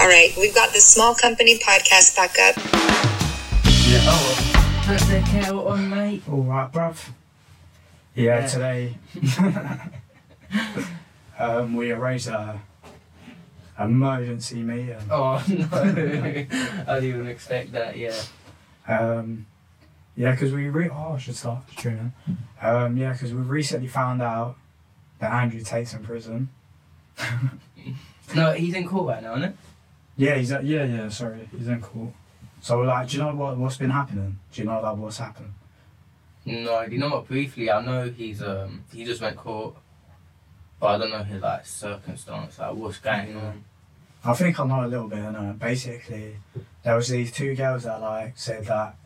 All right, we've got the small company podcast back up. Yeah. Oh, That's okay, what one, mate? well, all right, bruv. Yeah, Yeah. today um, we arranged a emergency meeting. Oh, no. I didn't even expect that, yeah. Um, yeah, because we re- oh, I should start tuning. Um, yeah, because we recently found out that Andrew Tate's in prison. No, he's in court right now, isn't it? Yeah, he's at, yeah yeah sorry he's in court. So we're like, do you know what what's been happening? Do you know like what's happened? No, you know what, briefly, I know he's, um, he just went court, but I don't know his, like, circumstance, like, what's going on. I think I know a little bit. I know. Basically, there was these two girls that like said that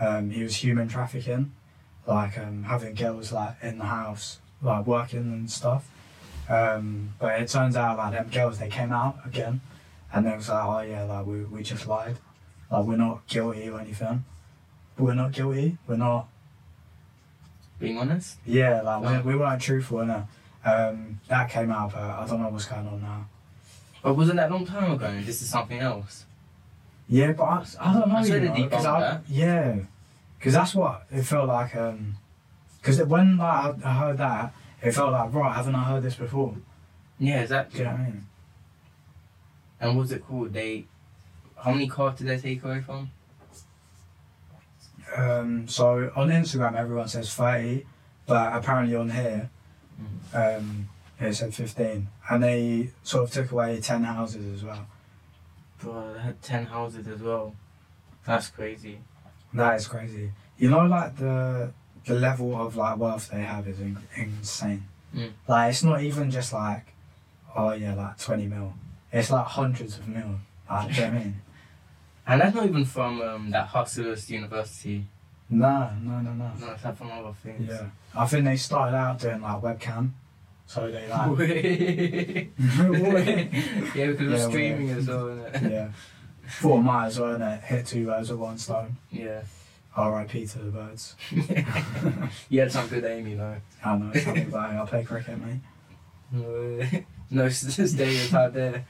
um, he was human trafficking, like um, having girls like in the house, like working and stuff. Um, but it turns out like them girls they came out again, and they was like, oh yeah, like we we just lied, like we're not guilty or anything. We're not guilty. We're not. Being honest? Yeah, like we, we weren't truthful. No. Um, that came out, but I don't know what's going on now. But wasn't that a long time ago, and this is something else? Yeah, but I, I don't know. I said you it know, 'cause debunked I, that. yeah, because that's what it felt like. Um, because when like, I I heard that, it felt like right. Haven't I heard this before? Yeah, Do exactly. you know what I mean? And what's it called? They, how many cars did they take away from? Um, so on Instagram, everyone says thirty, but apparently on here, um, it said fifteen, and they sort of took away ten houses as well. Bro, they had 10 houses as well. That's crazy. That is crazy. You know, like the the level of like wealth they have is in- insane. Mm. Like it's not even just like, oh yeah, like twenty mil. It's like hundreds of mil. Like, do you know what I mean? And that's not even from um, that hustlers university. No, no, no, no. No, that's from other things. Yeah, I think they started out doing like webcam, so they like. yeah, because Yeah, we're streaming we're- as well, innit? yeah, thought might as well innit? hit two birds with one stone. Yeah. R.I.P. to the birds. you had some good aim, you know. I know. Tell me about it. I play cricket, mate. no stereotype there.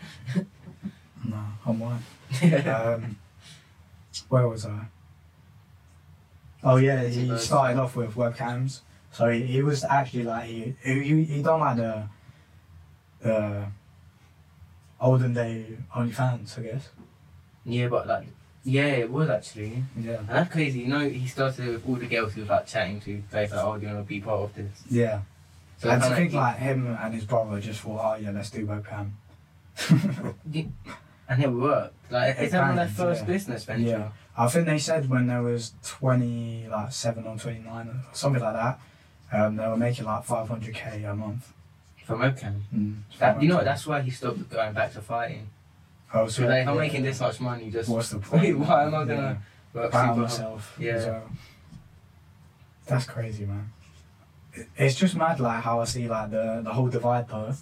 No, I'm white. Yeah. um, where was I? Oh yeah, he Birds. started off with webcams, so he, he was actually like he he, he done like the the olden day OnlyFans, I guess. yeah, but like, yeah, it was actually. Yeah. And that's crazy. You know, he started with all the girls he was like chatting to. They was like, oh, do you want to be part of this? Yeah, So and it's to kinda think like him and his brother just thought, oh yeah, let's do webcam. and it worked. Like, It it's having their banged, first yeah. business venture. yeah, I think they said when there was twenty like seven or twenty nine or something like that, um, they were making like five hundred k a month. From webcam. Mm, That, you know, that's why he stopped going back to fighting. oh, So like, if I'm making this much money, just What's the point? Wait, why am I gonna yeah. work battle super myself? Yeah. as well? That's crazy, man. It- It's just mad, like how I see like the the whole divide though.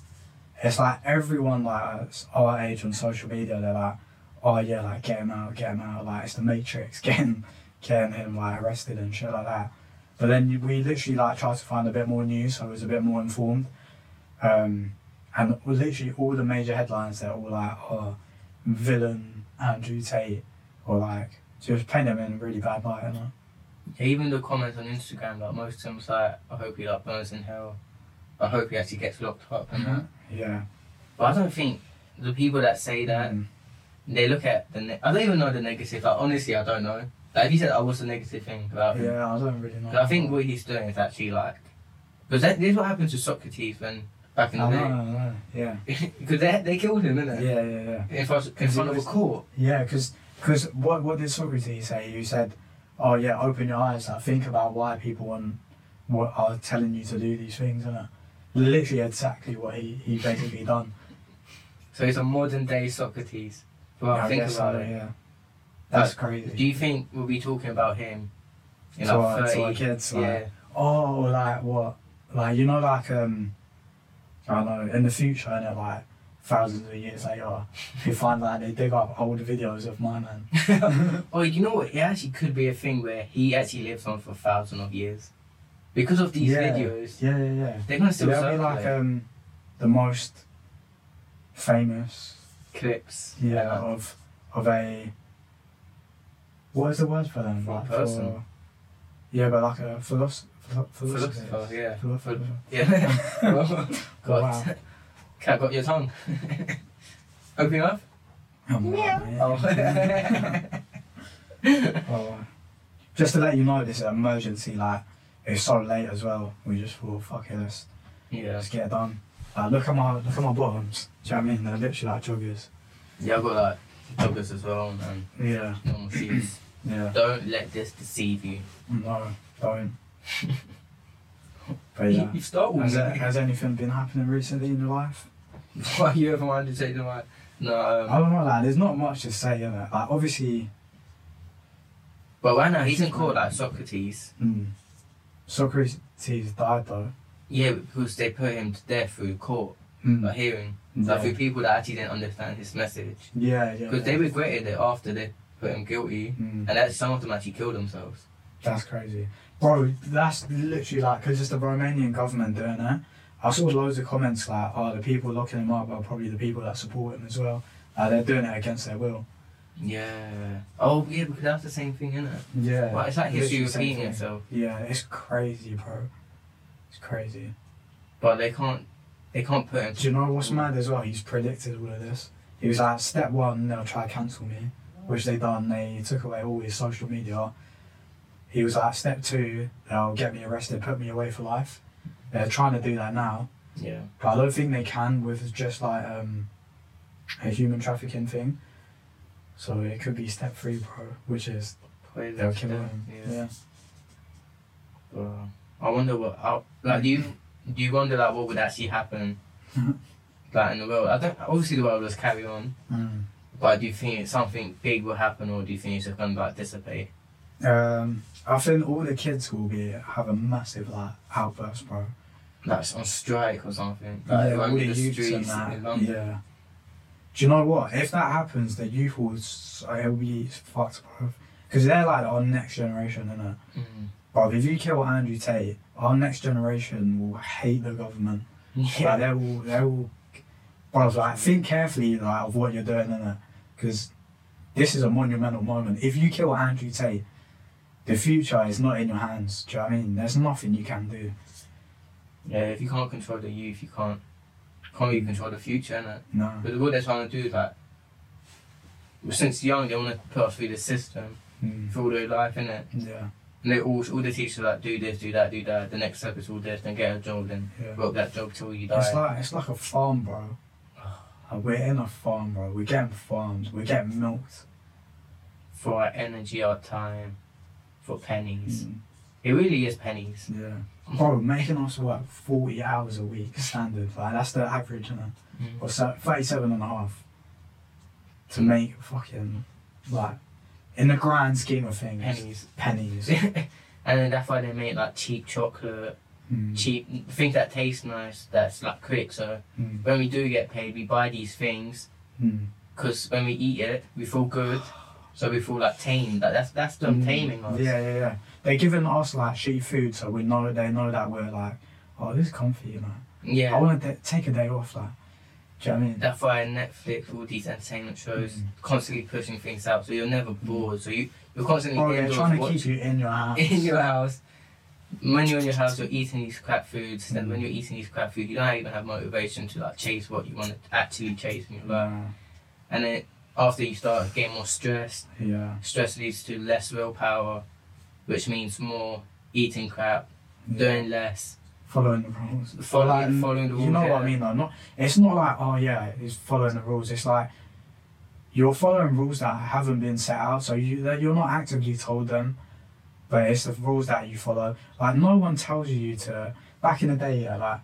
It's like everyone like s- our age on social media, they're like, oh yeah, like get him out, get him out, like it's the Matrix, getting getting him like arrested and shit like that. But then you- we literally like try to find a bit more news, so I was a bit more informed. Um, and literally all the major headlines, they're all like, oh, villain Andrew Tate, or like just paint him in a really bad light, you know. Yeah, even the comments on Instagram, like most of them's like, I hope he like burns in hell. I hope he actually gets locked up and Mm-hmm. that. Yeah. But I don't think the people that say that Mm. they look at the. Ne- I don't even know the negative. Like honestly, I don't know. Like if you said, "I what's the negative thing about him?" yeah, I don't really know. 'Cause I think what he's doing is actually like, because that this is what happened to Socrates when back I in the know, day. I know. Yeah. 'Cause they they killed him, didn't Yeah, they? yeah, yeah. In front, in Because he front of a was- court. Yeah, because what, what did Socrates say? He said, oh, yeah, open your eyes, like, think about why people want, what are telling you to do these things, innit? Literally exactly what he, he basically done. So he's a modern day Socrates. Well, Yeah, I think guess about so, it. Yeah. That's Like, crazy. Do you think we'll be talking about him in To like our- to our 30? kids, like, yeah. oh, like what? Like you know, like um, I don't know in the future, and like thousands of years later, you find like they dig up old videos of my man. Or Oh, you know what? It actually could be a thing where he actually lives on for thousands of years because of these Yeah. videos. Yeah, yeah, yeah. They're gonna So still there'll be circulate. like um, the most famous Clips. yeah Oh, like, of of a what is the word for them For a Like, person. for- yeah but like a philosopher Philosopher, yeah. philosopher Oh, Yeah. well, God. Wow. Cat got your tongue. Open your mouth. I'm not, mate. Oh. Well, uh, just to let you know this is an emergency like it's so late as well we just thought fuck it let's yeah. Let's get it done. Like, look at my look at my bottoms. Do you know what I mean? They're literally like joggers. Yeah, I've got like joggers as well and Yeah. normal shoes. Yeah. Don't let this deceive you. No, don't. But Oh, yeah. You start with Has, a- me. has anything been happening recently in your life? Why are you ever wanted to take them out? No. I Um, don't know, like, there's not much to say, innit? Like, obviously, but right now he's in court like Socrates. mm, Socrates died, though. Yeah, because they put him to death through court, Mm. not hearing. yeah. Like through people that actually didn't understand his message. yeah, yeah. Because yeah. they regretted it after they put him guilty. Mm, And that some of them actually killed themselves. that's crazy. Bro, that's literally, like, because it's the Romanian government doing that. I saw loads of comments, like, oh, the people locking him up are probably the people that support him as well. Like, they're doing it against their will. Yeah. Oh yeah, because that's the same thing, isn't it? Yeah. Well, it's like history literally same repeating thing. itself. Yeah, it's crazy, bro. It's crazy. But they can't. They can't put him. Do you know what's mad as well? He's predicted all of this. He was like, step one, they'll try to cancel me, which they done. They took away all his social media. He was like, step two, they'll get me arrested, put me away for life. They're trying to do that now, Yeah. but I don't think they can with just like um, a human trafficking thing. So it could be step three, bro, which is Play they'll them kill to him. death, Yeah. Well, I wonder what how, like do you do you wonder like what would actually happen like in the world? I don't obviously the world will just carry on, Mm. but do you think something big will happen or do you think it's just gonna like dissipate? Um, I think all the kids will be have a massive like outburst, bro. Like it's on strike or something. Like it won't all be the the youths and streets that, in London. Yeah. Do you know what? If that happens, the youth will s- it'll be fucked, bro. Because they're like our next generation, innit? Mm. Bro, if you kill Andrew Tate, our next generation will hate the government. Like, Yeah. they will, they will. Bro, like think carefully like of what you're doing, innit? Because this is a monumental moment. If you kill Andrew Tate, the future is not in your hands. Do you know what I mean? There's nothing you can do. yeah, if you can't control the youth you can't can't really control the future, innit? No. But what they're trying to do is like since young they wanna put us through the system Mm. through all their life, innit? Yeah. And they all, all the teachers are like, do this, do that, do that. The next step is all this, then get a job, then Yeah. work that job till you die. It's like it's like a farm, bro. Like, we're in a farm, bro. We're getting farmed. We're getting milked. for our energy, our time, for Mm. pennies. It really is pennies. Yeah. Bro, making us work 40 hours a week, standard. Like, that's the average, you know? Mm. Or so, 37 and a half. To make fucking, like, in the grand scheme of things, Pennies. pennies. and then that's why they make like cheap chocolate, Mm. cheap things that taste nice, that's like quick. So Mm. when we do get paid, we buy these things Mm. because when we eat it, we feel good. So we feel like tamed. Like, that's that's them Mm. taming us. Yeah, yeah, yeah. They're giving us, like, shitty food, so we know, they know that we're, like, oh, this is comfy, you know? I Yeah. want to take a day off, like. Do you know what I mean? That's why Netflix, all these entertainment shows, Mm. constantly pushing things out, so you're never bored. So you you're constantly Oh, they're indoors trying to watching- keep you in your house. in your house. When you're in your house, you're eating these crap foods. Then Mm. when you're eating these crap food, you don't even have motivation to like chase what you want to actually chase in your life. Yeah, And then after you start getting more stressed, yeah. stress leads to less willpower, which means more eating crap, doing less, Following the rules. Mm. following following the rules. You know yeah. what I mean, though. Not it's not like oh yeah, it's following the rules. It's like you're following rules that haven't been set out, so you that you're not actively told them, but it's the rules that you follow. Like no one tells you to. Back in the day, yeah, like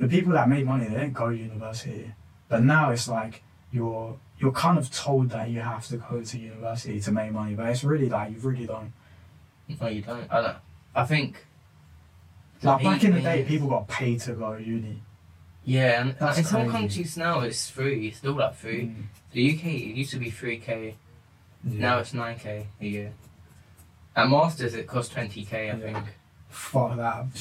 the people that made money, they didn't go to university, but now it's like you're you're kind of told that you have to go to university to make money, but it's really like you really don't. No, you don't. I don't. I think. Like back in the day, Yeah. people got paid to go to uni. Yeah, and That's in some crazy. countries now it's free. It's still like free. Mm. The UK it used to be three k. Now it's nine k a year. At masters, it costs twenty k, I Yeah. think. Fuck that.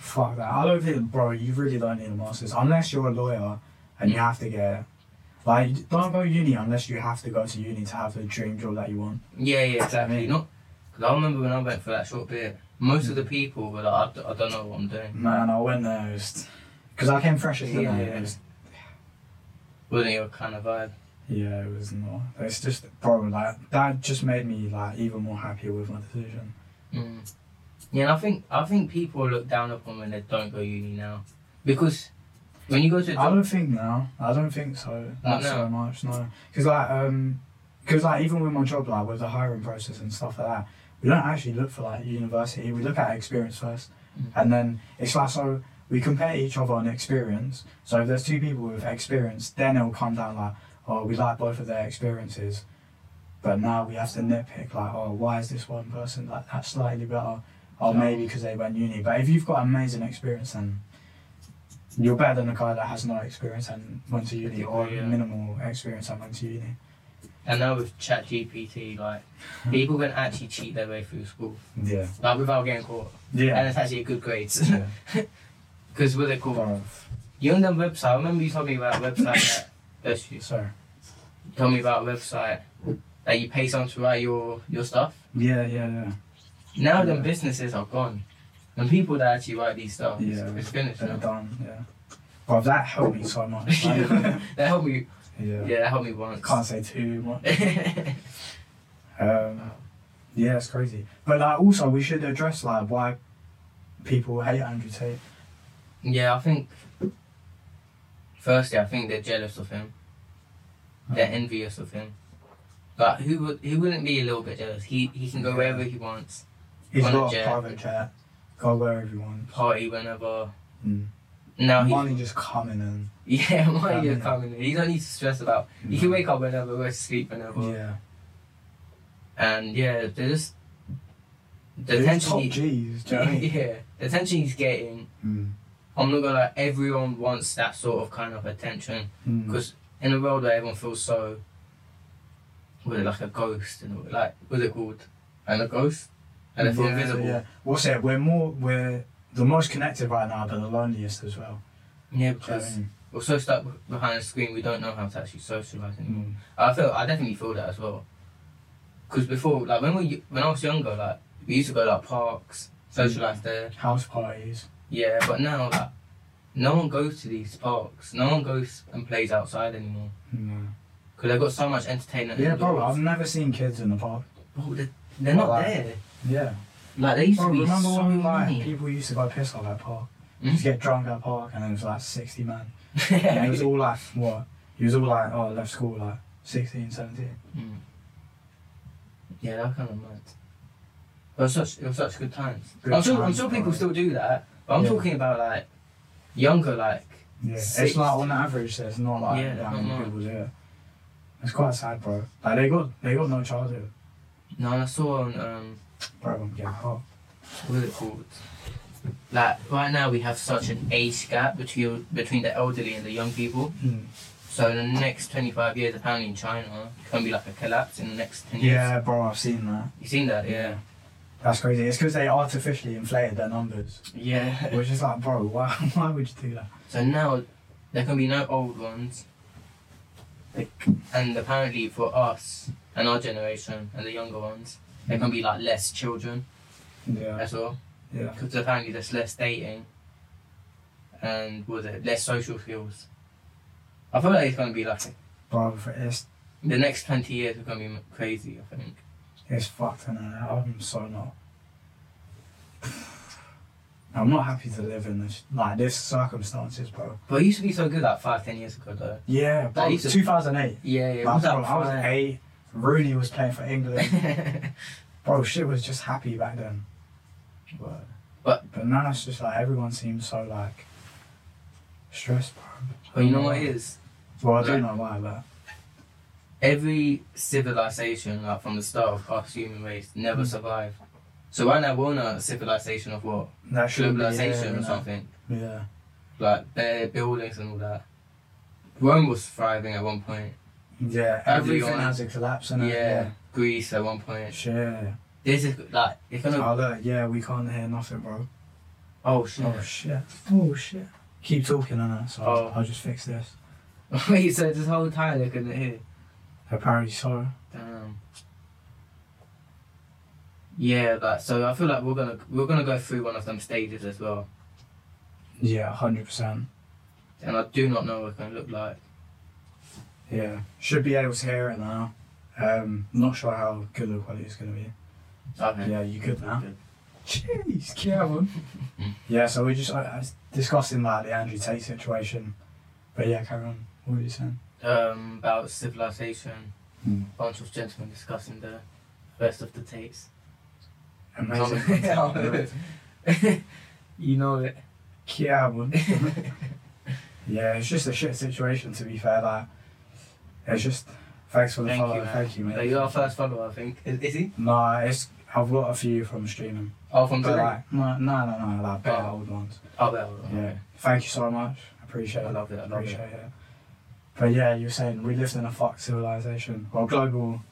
Fuck that. I don't think, bro, you really don't need a master's unless you're a lawyer and you have to get. Like, don't go uni unless you have to go to uni to have the dream job that you want. yeah, yeah, I exactly. mean- Not because I remember when I went for that short bit. Most of the people were like, I, d- I don't know what I'm doing. Man, I went there because I came fresh as Yeah. yeah. It was, Wasn't your kind of vibe? yeah, it was not. It's just bro, like that just made me like even more happy with my decision. Mm. Yeah, and I think I think people look down upon when they don't go uni now, because when you go to a I job, don't think now. I don't think so. Not Not so now? much. No, because like um, because like even with my job, like with the hiring process and stuff like that, we don't actually look for like university. We look at experience first, Mhm. and then it's like so we compare each other on experience. So if there's two people with experience, then it'll come down like, oh, we like both of their experiences. But now we have to nitpick like, oh, why is this one person like that slightly better? Or Yeah. maybe because they went uni. But if you've got amazing experience, then you're better than a guy that has no experience and went to uni, or Yeah. minimal experience and went to uni. and now with Chat GPT, like people can actually cheat their way through school, Yeah. like without getting caught, and Yeah. it's actually good grades. yeah. Because what they call Bro, you on them website. I remember you told me about a website that bless you. sorry. You told me about a website that you pay someone to write your your stuff. Yeah, yeah, yeah. Now them Yeah. businesses are gone, and people that actually write these stuff, it's- Yeah. it's finished They're now. done, yeah. Bro, that helped me so much. like- that helped me. yeah. Yeah, that helped me once. Can't say too much. yeah, Um, yeah, it's crazy. But like, also, we should address like why people hate Andrew Tate. I think. Firstly, I think they're jealous of him. Uh-huh. They're envious of him. But who would who wouldn't be a little bit jealous? He he can go wherever he wants, He's on a got a jet. private jet. Go where everyone. party whenever. Mm. Now he Money just coming in. yeah, money Yeah. just coming in. You don't need to stress about. You can wake up whenever, go to sleep whenever, Yeah. and yeah, they're just the He's attention. top He, G's, do you know what I mean? yeah, the attention he's getting. Mm. I'm not gonna. lie, Everyone wants that sort of kind of attention. Mm. Because in a world where everyone feels so, was it like a ghost and all, like what's it called? And a ghost, and they feel Yeah, invisible. Yeah. What's it? We're more, we're the most connected right now, but the loneliest as well. Yeah, Do you know what I because mean? we're so stuck behind a screen, we don't know how to actually socialize anymore. Mm. I feel I definitely feel that as well. Because before, like when we when I was younger, like we used to go like parks, Mm. socialize there. House parties. Yeah, but now like no one goes to these parks. No one goes and plays outside anymore. Mm. Because they've got so much entertainment. Yeah, bro, indoors. I've never seen kids in the park. Bro, they're, they're not Well, I- there. Yeah. Like they used Bro, to be remember so when like, many. people used to go piss off at park? Just Mm? get drunk at park and it was like 60 man. And he was all like, what? He was all like, oh, left school like 16, 17. Mm. Yeah, that kind of mad. It was such, it was such good times. Good I'm sure, I'm times, sure people alright. still do that, but I'm Yeah. talking about like younger, like Yeah. It's Six. like on average, there's not like Yeah, that not many much. people do it. It's quite sad, bro. Like they got they got no childhood, no, I saw on um, bro. I'm getting hot. what is it called? Like right now we have such an age gap between between the elderly and the young people. Mm. So in the next 25 years, apparently in China, it's gonna be like a collapse in the next 10 years. Yeah, bro, I've seen that. You seen that? Yeah. That's crazy. It's because they artificially inflated their numbers, Yeah. which is like, bro, why why would you do that? So now there can be no old ones. And apparently for us and our generation and the younger ones, there can be like less children Yeah, as well. yeah, Because apparently there's less dating and what was it less social skills. I feel like it's gonna be like bro. for- It's the next twenty years are gonna be m- crazy. I think. it's fucked, and I'm so not. I'm not happy to live in this like this circumstances, bro. But it used to be so good like five, ten years ago though. Yeah, That bro, used to- 2008. Yeah, yeah. Like, was that bro, I was fine? eight. Rooney was playing for England. bro, shit was just happy back then. But, But- but now it's just like everyone seems so like stressed, bro. but you know what it is? Well, I don't know why, but every civilization, like from the start of us human race, never Mm. survived. So right now we're on a civilization of what? that should be Globalization yeah, or something. Yeah, Like bare buildings and all that. Rome was thriving at one point. yeah. That'd be Everything on- has a collapse in Yeah. it. Greece at one point. Shit. This is like it's gonna. Oh look, yeah, we can't hear nothing, bro. Oh shit! Oh shit. Oh shit. Keep talking on that, so Oh. I'll just fix this. Wait, so this whole time they couldn't hear. Apparently so. Damn. Yeah, like so. I feel like we're gonna we're gonna go through one of them stages as well, Yeah, hundred percent. and I do not know what it's gonna look like. Yeah. Should be able to hear it now. Um not sure how good the quality is gonna be. Okay. Yeah, you good now? Good. Jeez, Kevin. yeah, so we're just uh, uh, discussing like the Andrew Tate situation. But yeah, carry on. What were you saying? Um, about civilization. Hmm. Bunch of gentlemen discussing the best of the tapes. Amazing. Tom- you know it. Kevin. Yeah, it's just a shit situation to be fair. Like, it's just thanks for the Thank follow. you, man. Thank you, mate. Like, you're our first follower, I think. Is, is he? No, it's I've got a few from streaming. Oh, from But today. like, no, no, no, no, like better Oh. old ones. Oh, well, well, Yeah. Thank you so much. Appreciate I it. love it, I love Appreciate it. But yeah, you were saying we lived in a fuck civilization. Well, global.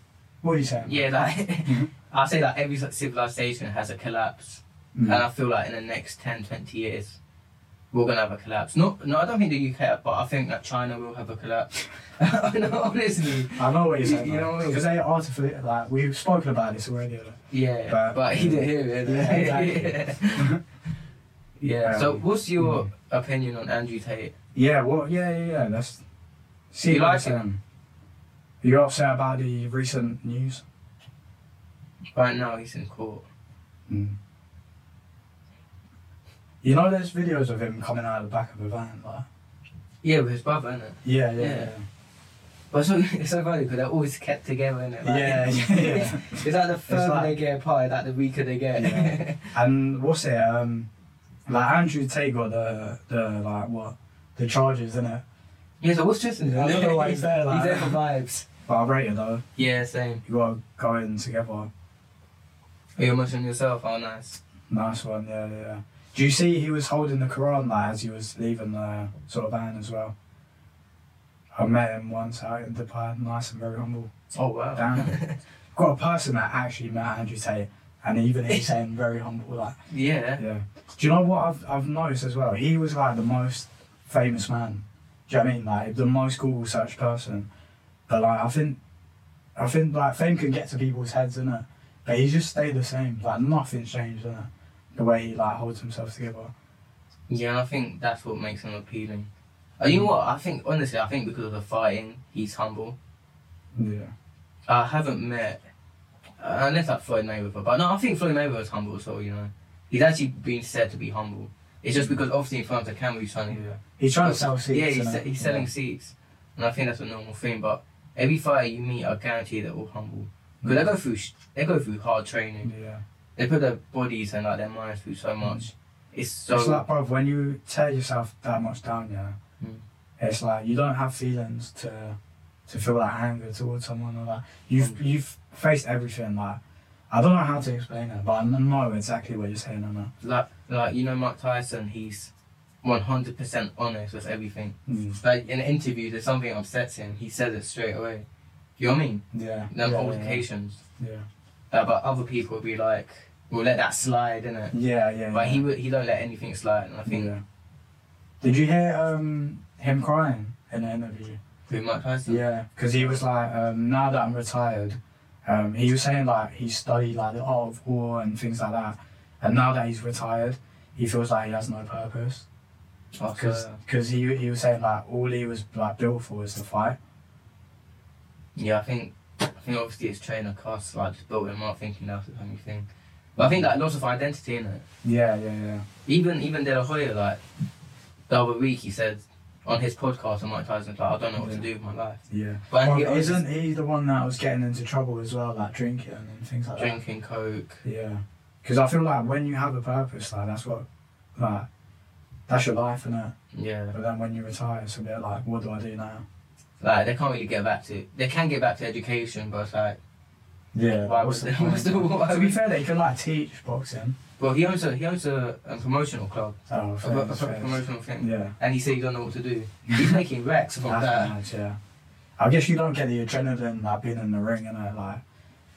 What are you saying? Yeah, like, I say that every civilization has a collapse. Mm. And I feel like in the next 10, 20 years, we're going to have a collapse. Not, no, I don't think the UK, but I think that China will have a collapse. no, honestly. I know what you're saying. You know what I mean? because they artificially like we've spoken about this already. like. Yeah, But- but, he didn't hear it. Yeah, yeah. exactly. Yeah, So, Um, what's your opinion on Andrew Tate? Yeah, well, yeah, yeah, yeah. That's. See, You what I'm like it? saying. You're upset about the recent news. Right now, he's in court. Mm. You know, there's videos of him coming out of the back of a van, like. Yeah, with his brother, innit? Yeah, Yeah. yeah, But so, it's so funny because they're always kept together, innit? yeah. Yeah, yeah, yeah. It's like the further like- they get apart, like the weaker they get. Yeah. And what's it? Um, like Andrew Tate got the the like what the charges in it, yeah, so what's Tristan doing? I don't know why he's there like he's there that. for vibes. but I rate it though. Yeah, same. You gotta go in together. Are you much on yourself? Oh, nice. Nice one, yeah, yeah, yeah. Do you see he was holding the Quran like as he was leaving the sort of van as well? I met him once out in Dubai, nice and very humble. Oh, wow. Damn. Got a person that actually met Andrew Tate, and even he's saying very humble, like yeah. yeah. Do you know what I've I've noticed as well? He was like the most famous man. Do you know what I mean? Like the most Google search person. But like I think I think like fame can get to people's heads, innit? But he just stayed the same. Like nothing's changed, innit? The way he like holds himself together. Yeah, and I think that's what makes him appealing. Uh, you know what? I think, honestly, I think because of the fighting, he's humble. Yeah. I haven't met, uh, unless that's Floyd Mayweather, but no, I think Floyd Mayweather is humble as well, you know. He's actually been said to be humble. It's just because obviously in front of the camera he's trying to He's trying to sell seats. Yeah, he's, innit? se- he's selling seats, and I think that's a normal thing. But every fighter you meet, I guarantee they're all humble. Because Mm. they go through, sh- they go through hard training. Yeah. They put their bodies and like their minds through so much. It's so Mm. it's like, bro, when you tear yourself that much down, yeah, Mm. it's like you don't have feelings to to feel that anger towards someone or that. You've Mm. you've faced everything. Like, I don't know how to explain it, but I kn- know exactly what you're saying. I know. like like you know Mike Tyson. He's one hundred percent honest with everything. Mm. Like in interviews, if something upsets him, he says it straight away. You know what I mean? Yeah. No yeah, altercations. Yeah. Yeah. Uh, but other people would be like, "We'll let that slide, innit?" Yeah. yeah, But yeah. he would, he don't let anything slide, and I think Yeah. Did you hear um him crying in the interview? with Mike Tyson. Yeah, because he was like, um, now that I'm retired, um, he was saying like he studied like the art of war and things like that, and now that he's retired, he feels like he has no purpose because After- he he was saying like all he was like built for was to fight. Yeah, I think I think obviously his trainer costs like just built him up thinking that's the only thing. But I think like lots of identity in it. Yeah, yeah, yeah. Even even De La Hoya like the other week he said on his podcast on Mike Tyson's like I don't know what to Yeah. do with my life. Yeah. But Well, he always- isn't he the one that was getting into trouble as well, like drinking and things like Drinking coke. that? Yeah. Because I feel like when you have a purpose, like that's what, like, that's your life, isn't it? Yeah, But then when you retire, it's a bit like, what do I do now? like they can't really get back to. They can get back to education, but it's like, Yeah. Why was there- was there- why to be was- fair, they could like teach boxing. well, he owns a he owns a, a promotional club, Oh, a, fair, a- a fair. promotional thing, Yeah. and he said he don't know what to do. He's making racks from That's that. nice, yeah. I guess you don't get the adrenaline like being in the ring and like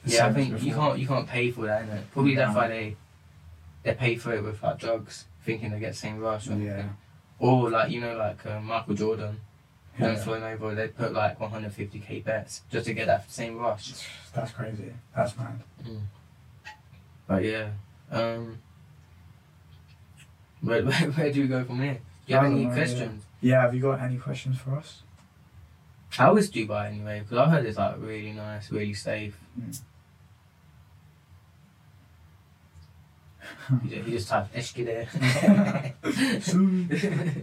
the yeah, I same as think you before. can't you can't pay for that, innit? Probably that's No. why they they pay for it with like drugs, thinking they get the same rush. Or, Yeah. anything. or like you know like uh, Michael Jordan, them Yeah. flying over, they put like 150k bets just to get that same rush. That's crazy. That's mad. But Mm. yeah, um, where, where where do we go from here? Do you I have don't any know, yeah. questions? Yeah, have you got any questions for us? How is Dubai anyway? Because I heard it's like really nice, really safe. Mm. He just, he just typed Eshki there. Mm-hmm.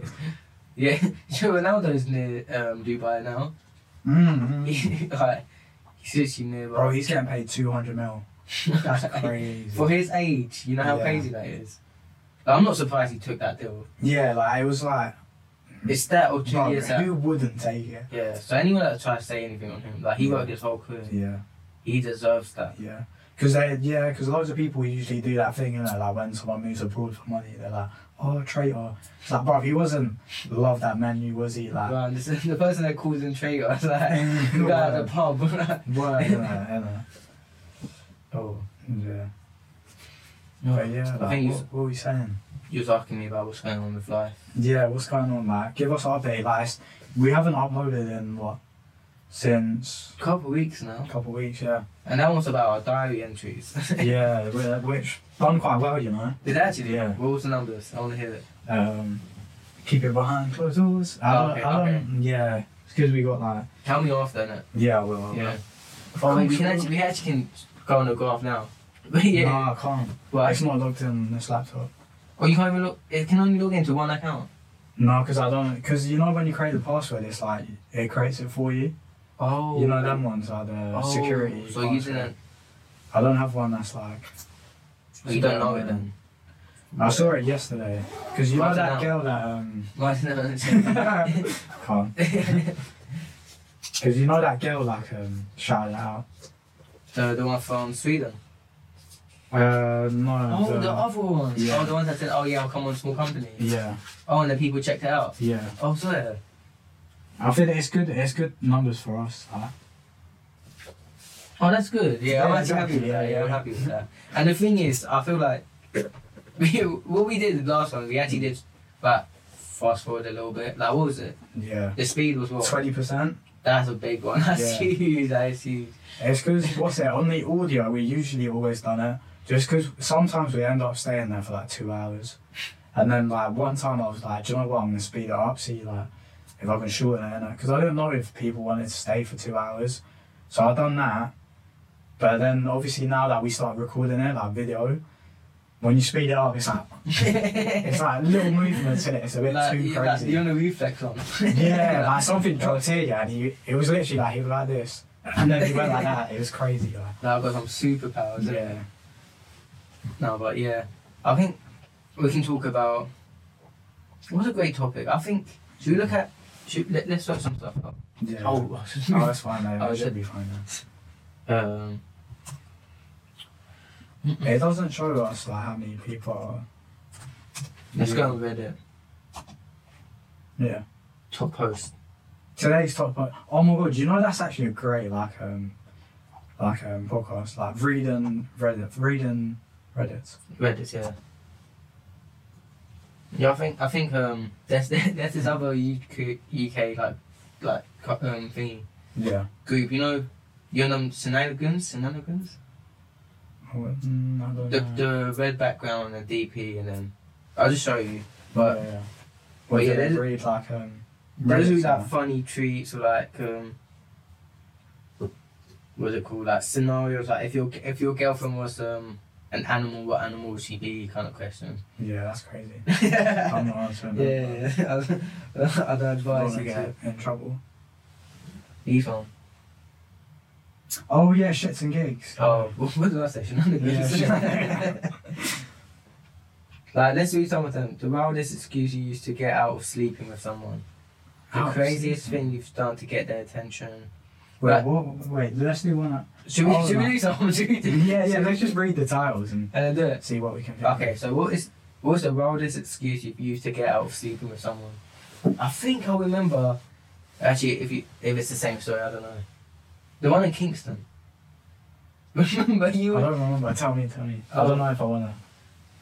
yeah, so Ronaldo's near um, Dubai now. Mm-hmm. like, he's literally near. Bro, he's getting paid 200 mil. That's crazy. For his age, you know how Yeah. crazy that is. Like, I'm not surprised he took that deal. Yeah, like, it was like, It's that or two bro, years out. who wouldn't take it? Yeah, so anyone that tries to say anything on him, like he worked his whole career, Yeah, he deserves that. yeah. Because they, yeah, because loads of people usually do that thing, you know, like when someone moves abroad for money, they're like, oh, traitor. It's like, bro, he wasn't loved that menu, was he? Like, Man, this is the person that calls him traitor, I was like, the guy at the pub. like- word, you know, oh, you know. Yeah. But yeah, I like, think you what, was, what were we saying? you was asking me about what's going on with life. Yeah, what's going on, like? Give us an update, like, it's- we haven't uploaded in, what, since A couple weeks a now, couple of weeks, yeah. and that was about our diary entries. Yeah, wh- which done quite well, you know. Did actually? Yeah. What was the numbers? I want to hear it. Um, keep it behind closed doors. I Oh, don't, okay, I don't, Yeah, because we got like Tell me after, innit? yeah, well, Yeah. Oh, we can actually, we actually can go on the graph now. But yeah, No, I can't. well, It's not logged in this laptop. oh, you can't even look. It can only log into one account. No, because I don't. Because you know when you create the password, it's like it creates it for you. Oh, you know them ones are the Oh, security. So you password. didn't. I don't have one that's like. So you don't know it then. I saw it yesterday. Because you know Write it that down. girl that um. Why didn't I understand? can't. Because you know that girl like um shouted out. the, the one from Sweden. Uh no. Oh, the- the other one. Yeah. Oh, the ones that said, "Oh yeah, I'll come on small company." Yeah, Oh, and the people checked it out. yeah. Oh, so yeah. I think it's good. It's good numbers for us. Huh? Oh, that's good. Yeah, I'm Yeah, actually happy exactly. with that. Yeah, Yeah, I'm yeah. happy with that. And the thing is, I feel like we, what we did the last one, we actually did, but fast forward a little bit. Like, what was it? Yeah. The speed was what? Twenty percent. That's a big one. That's Yeah. huge. That's huge. It's because what's it on the audio? We usually always done it just because sometimes we end up staying there for like two hours, and then like one time I was like, do you know what? I'm gonna speed it up. See like if I can shorten it, because I don't know if people wanted to stay for two hours, so I done that. But then obviously now that we start recording it like video, when you speed it up, it's like it's like little movements in it. It's a bit like, too you, like, crazy. you only reflex on. Yeah, like something dropped here, yeah, and he, it was literally like he was like this, and then he went like that. It was crazy, like. Now I've got some superpowers. innit? Yeah, No, but yeah, I think we can talk about what's a great topic. I think should we look at should let, let's look some stuff up. yeah. Oh, Oh, that's fine, mate. Oh, That is should it? be fine. Now. um, Mm-hmm. It doesn't show us like how many people are. let's go on Reddit Yeah. top post. Today's top. po- Oh my god, you know that's actually a great like um, like um podcast like reading Reddit, reading Reddit. Reddit, yeah. Yeah, I think I think um, there's there's this other UK, UK like like co- um thing Yeah. group. You know, you know them Shenanigans, Shenanigans. Mm, I don't The know. the red background and DP, and then I'll just show you. But yeah, yeah. but Well, yeah, yeah, there's- read like um. Those Reddit's are like now. funny treats or like um, what's it called? Like scenarios. Like if your if your girlfriend was um an animal, what animal would she be? Kind of question. Yeah, that's crazy. yeah, I'm not answering. that. yeah. I don't I advise want to you to. get in trouble. He's on. Oh yeah, shits and gigs. Oh, what what did I say? Shenanigans. Yeah. like let's do some of them. The wildest excuse you used to get out of sleeping with someone. The Out of craziest sleeping. thing you've done to get their attention. Wait, Right. what, wait, let's do one. Up. Should we? Oh, should we no. do some? Should we do? Yeah, yeah. Let's just read the titles and And then do it. see what we can. Think. Okay, so what is what's the wildest excuse you've used to get out of sleeping with someone? I think I remember. Actually, if you if it's the same story, I don't know. The one in Kingston. Remember I you? were- don't remember. Tell me, tell me. I don't know if I wanna.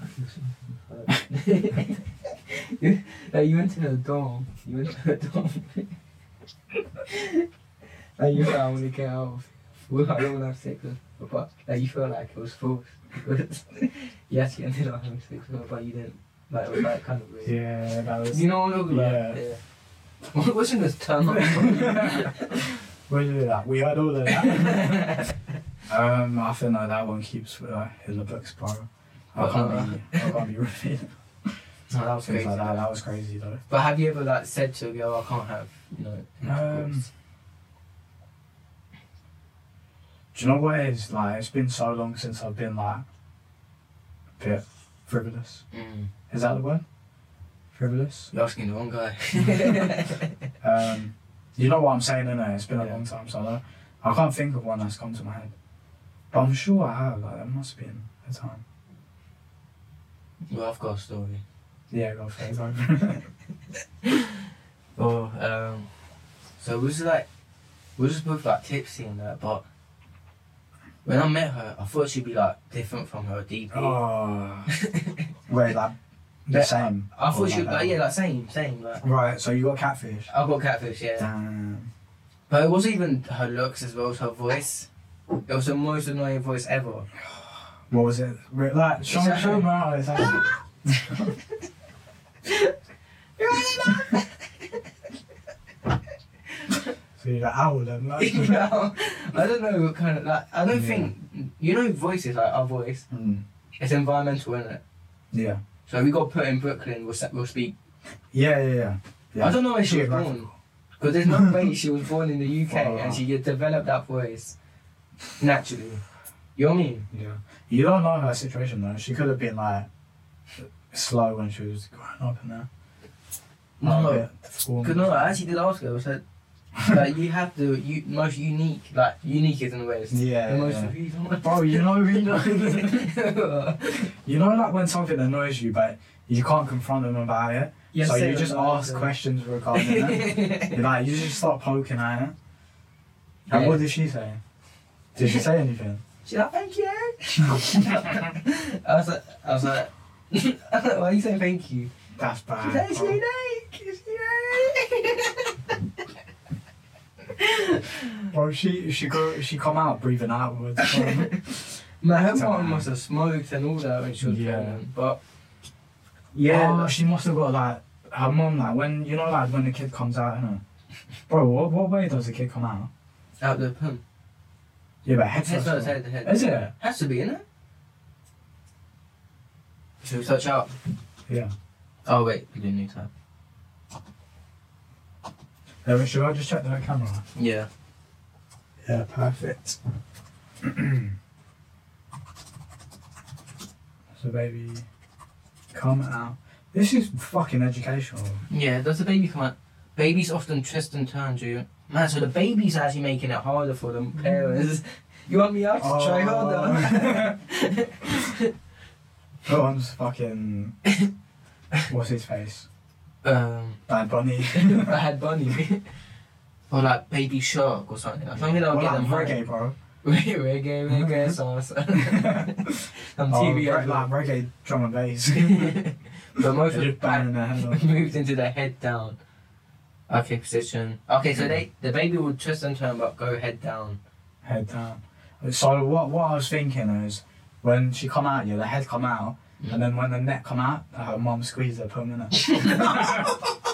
like you went to the dorm. You went to the dorm. and you were like, I want to get out of well, I don't want to have sex with her, but like, you felt like it was forced because you actually ended up having sex with her, but you didn't. Like, it was like kind of weird. Yeah, that was. You know what I'm talking about? Yeah. What- What's in this turn We did that. We had all of that. um, I think that that one keeps uh, in the book spiral. I can't be. I can't be repeating No, that was things crazy. like that. That was crazy though. But have you ever like said to a girl, I can't have, you know, Um, intercourse? Do you know what it is? Like, it's been so long since I've been like a bit frivolous. Mm. Is that the word? Frivolous. You're asking the wrong guy. Um, you know what I'm saying, innit? It's been a Yeah. long time, so I, don't- I can't think of one that's come to my head. But I'm sure I have. Like, there must have been a time. well, I've got a story. Yeah, go for it. Go for it. Oh, um, so we was like, we was both like tipsy and that, but when I met her, I thought she'd be like different from her DP. oh, wait, like the Yeah, same. I or thought she would that like, yeah, like same, same. Like, one? Right, so you got catfish. I got catfish, yeah. Damn. But it wasn't even her looks as well as her voice. It was the most annoying voice ever. What was it? Re- Like, show me, show me how it's happening. So you're like, owl them. Like, you know, I don't know what kind of like. I don't Yeah. think you know voices like our voice. Mm, It's environmental, isn't it? yeah. So we got put in Brooklyn. We'll, se- we'll speak. Yeah, yeah, yeah. yeah. I don't know where she was Geographical. born because there's no way she was born in the UK Wow. and she developed that voice naturally. You know what I mean? Yeah. You don't know her situation though. She could have been like slow when she was growing up and that. Like, a No, bit deformed. because no, I actually did ask her. I said, like, you have the u- most unique, like unique is in a way. It's Yeah, the most yeah. of you. Bro, you know, you know, you know, like when something annoys you, but you can't confront them about it. so you just ask questions regarding it. You're like, you just start poking at it. And Yeah. what did she say? Did she say anything? She's like, thank you. I was like, I was like, I was like, why are you saying thank you? That's bad. She's like, it's bro. unique. It's unique. Bro, she she go she come out breathing outwards. bro. Man, her It's mum alright. must have smoked and all that when she was Yeah. pregnant. But Yeah, she must have got like her mom like when you know like when the kid comes out, innit? Bro, what, what way does the kid come out? out the pump. Yeah, but head Head first. first, bro. head to head. Is it? Has to be, innit? Should we touch up? Yeah. Oh wait, we didn't need time. yeah but should I just check the camera? Yeah. Yeah, perfect. so baby, come out. This is fucking educational. Yeah, does the baby come out? Babies often twist and turn, do you? Man, so the baby's actually making it harder for the Mm. parents. You want me out to try Oh. harder? That one's fucking. What's his face? Oh. um, Bad Bunny. Bad Bunny. or like Baby Shark or something. Like, something that'll Well, get them like high. reggae, bro. reggae, reggae songs. On Oh, TV. re- like reggae drum and bass. but most They're of just banging their head off. moved into the head down. Okay, position. Okay, so they the baby will twist and turn, but go head down. head down. So what what I was thinking is when she come out, yeah, the head come out, and then when the neck come out, her mum squeezed her pum in it.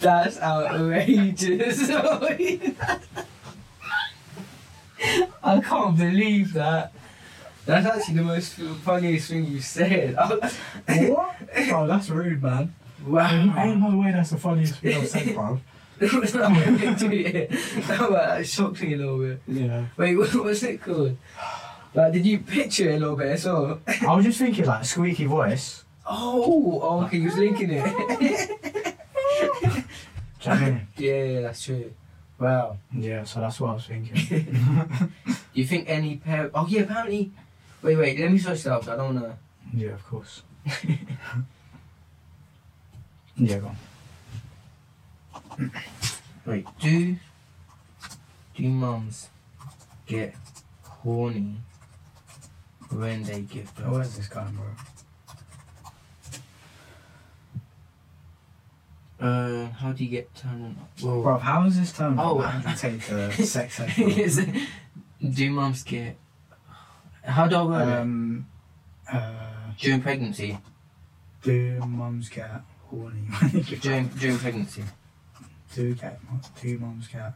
That's outrageous. I can't believe that. That's actually the most funniest thing you said. Oh, what? Bro, that's rude, man. Ain't wow. no way that's the funniest thing I've said, bro. that shocked me a little bit. Yeah. Wait, what, what's it called? Like, did you picture it a little bit as well? I was just thinking like squeaky voice. Oh, oh okay, you was linking it. Do you know what I mean? yeah, yeah, that's true. Wow. Yeah, so that's what I was thinking. You think any pair? Oh yeah, apparently. Wait, wait. Let me search that up. 'cause I don't know. Yeah, of course. Yeah, go on. Wait. Do Do mums get horny when they give Who birth? is this guy, bro? Uh, how do you get turned on? Well, Bro, how is this term Oh. take to sex ed? Is it- do mums get? How do I word it? Um, uh, During pregnancy. do mums get horny when they give During during pregnancy. Do get do mums get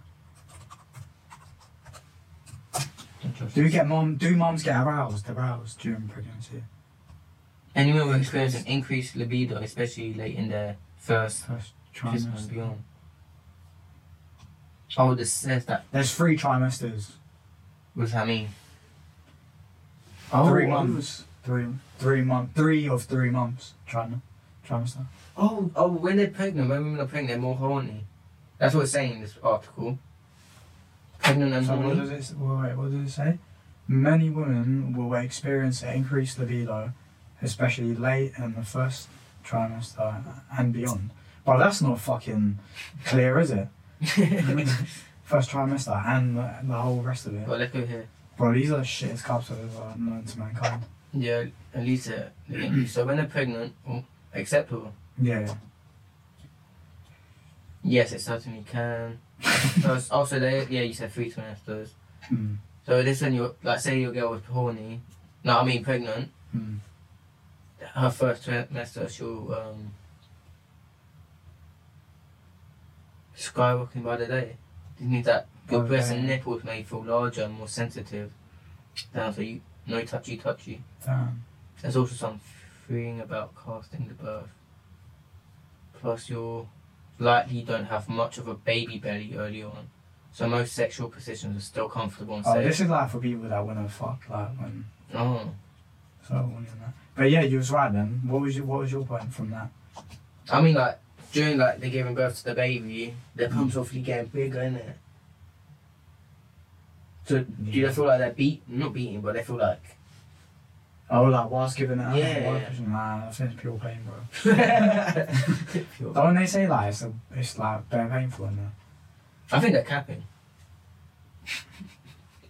Don't trust do me. get mom do mums get aroused aroused during pregnancy? Anyone will experience an increased libido, especially late in their first First trimester and trimester. beyond. Oh, this says that. There's three trimesters. What does that mean? Three Oh, months. Three three month three of three months. Trim trimester. Oh, oh, when they're pregnant, when women are pregnant, they're more horny. That's what it's saying in this article. Pregnant and So what horny. does it well, wait, what does it say? Many women will experience an increased libido, especially late in the first trimester and beyond. But that's not fucking clear, is it? First trimester and the, the whole rest of it. but look over here. Bro, these are the shittest cops I've ever known to mankind. Yeah, at least uh, the- so when they're pregnant, oh, acceptable. Yeah. Yes, it certainly can. First, also, they yeah, you said three trimesters. Mm. So this when you're like, say your girl was horny. No, I mean pregnant. Mm. Her first trimester, she'll um, skyrocketing by the day. You need that your Okay. breasts and nipples may feel larger and more sensitive. Now, so you no touchy touchy. Damn. There's also some freeing about casting the birth. Plus, you'll likely don't have much of a baby belly early on, so most sexual positions are still comfortable and Oh, safe. this is like for people that want to fuck, like when Oh, so horny and that. But yeah, you was right then. What was your What was your point from that? I mean, like during like they're giving birth to the baby, their pumps obviously getting bigger, innit? So do they feel like they're beat? Not beating, but they feel like Oh, like whilst giving that. Yeah. Nah, I think it's pure pain, bro. I But when Oh, they say like, it's, a, it's like bare painful in there. think they're capping.